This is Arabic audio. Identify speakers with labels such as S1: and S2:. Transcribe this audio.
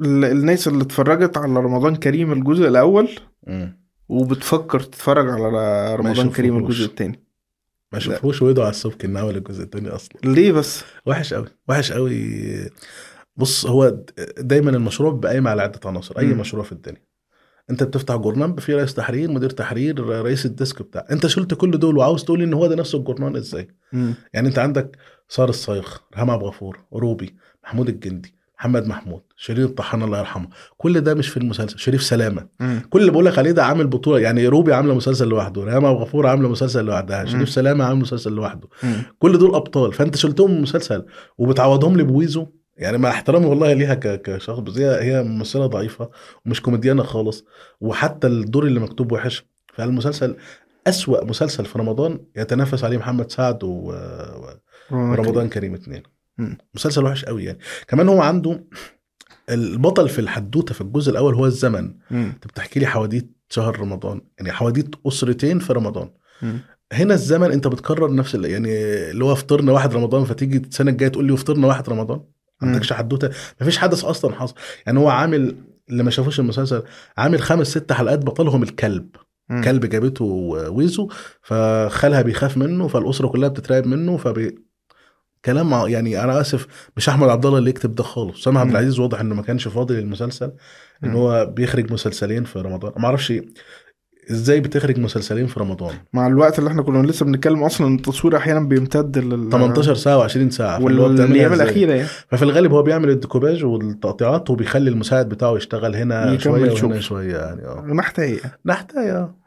S1: ال- الناس اللي اتفرجت على رمضان كريم الجزء الاول
S2: مم.
S1: وبتفكر تتفرج على رمضان كريم
S2: شوفوش.
S1: الجزء الثاني
S2: ما شافوش ويدعوا على السبك ان عمل الجزء الثاني اصلا
S1: ليه بس
S2: وحش قوي وحش قوي بص هو د- دايما المشروع بيبقى قايم على عده عناصر اي
S1: مم.
S2: مشروع في الدنيا انت بتفتح جورنان في رئيس تحرير مدير تحرير رئيس الديسك بتاع انت شلت كل دول وعاوز تقول ان هو ده نفس الجورنان ازاي
S1: مم.
S2: يعني انت عندك صار الصايغ رهام عبد الغفور روبي محمود الجندي محمد محمود شيرين الطحان الله يرحمه كل ده مش في المسلسل شريف سلامه
S1: مم.
S2: كل اللي بقول لك عليه ده عامل بطوله يعني روبي عامله مسلسل لوحده ريهام ابو غفور عامله مسلسل لوحدها
S1: مم.
S2: شريف سلامه عامل مسلسل لوحده
S1: مم.
S2: كل دول ابطال فانت شلتهم من مسلسل وبتعوضهم لي بويزو يعني مع احترامي والله ليها ك- كشخص بس هي هي ممثله ضعيفه ومش كوميديانه خالص وحتى الدور اللي مكتوب وحش فالمسلسل أسوأ مسلسل في رمضان يتنافس عليه محمد سعد و... ورمضان كريم اتنين
S1: مم.
S2: مسلسل وحش قوي يعني كمان هو عنده البطل في الحدوته في الجزء الاول هو الزمن
S1: مم.
S2: انت بتحكي لي حواديت شهر رمضان يعني حواديت اسرتين في رمضان
S1: مم.
S2: هنا الزمن انت بتكرر نفس ال- يعني اللي هو فطرنا واحد رمضان فتيجي السنه الجايه تقول لي فطرنا واحد رمضان ما
S1: مم.
S2: عندكش حدوته مفيش حدث اصلا حصل يعني هو عامل اللي ما شافوش المسلسل عامل خمس ست حلقات بطلهم الكلب
S1: مم.
S2: كلب جابته ويزو فخالها بيخاف منه فالاسره كلها بتترعب منه فبي كلام ع- يعني انا اسف مش احمد عبد الله اللي يكتب ده خالص سامح عبد
S1: مم.
S2: العزيز واضح انه ما كانش فاضي للمسلسل ان
S1: مم.
S2: هو بيخرج مسلسلين في رمضان ما اعرفش ازاي بتخرج مسلسلين في رمضان
S1: مع الوقت اللي احنا كنا لسه بنتكلم اصلا ان التصوير احيانا بيمتد لل
S2: 18 ساعه و20 ساعه فاللي هو بتعملها
S1: والايام
S2: إزاي؟
S1: الاخيره يعني
S2: ففي الغالب هو بيعمل الديكوباج والتقطيعات وبيخلي المساعد بتاعه يشتغل هنا
S1: يكمل
S2: شويه
S1: شغل.
S2: وهنا شويه يعني اه
S1: محتاجه
S2: نحتاج آه.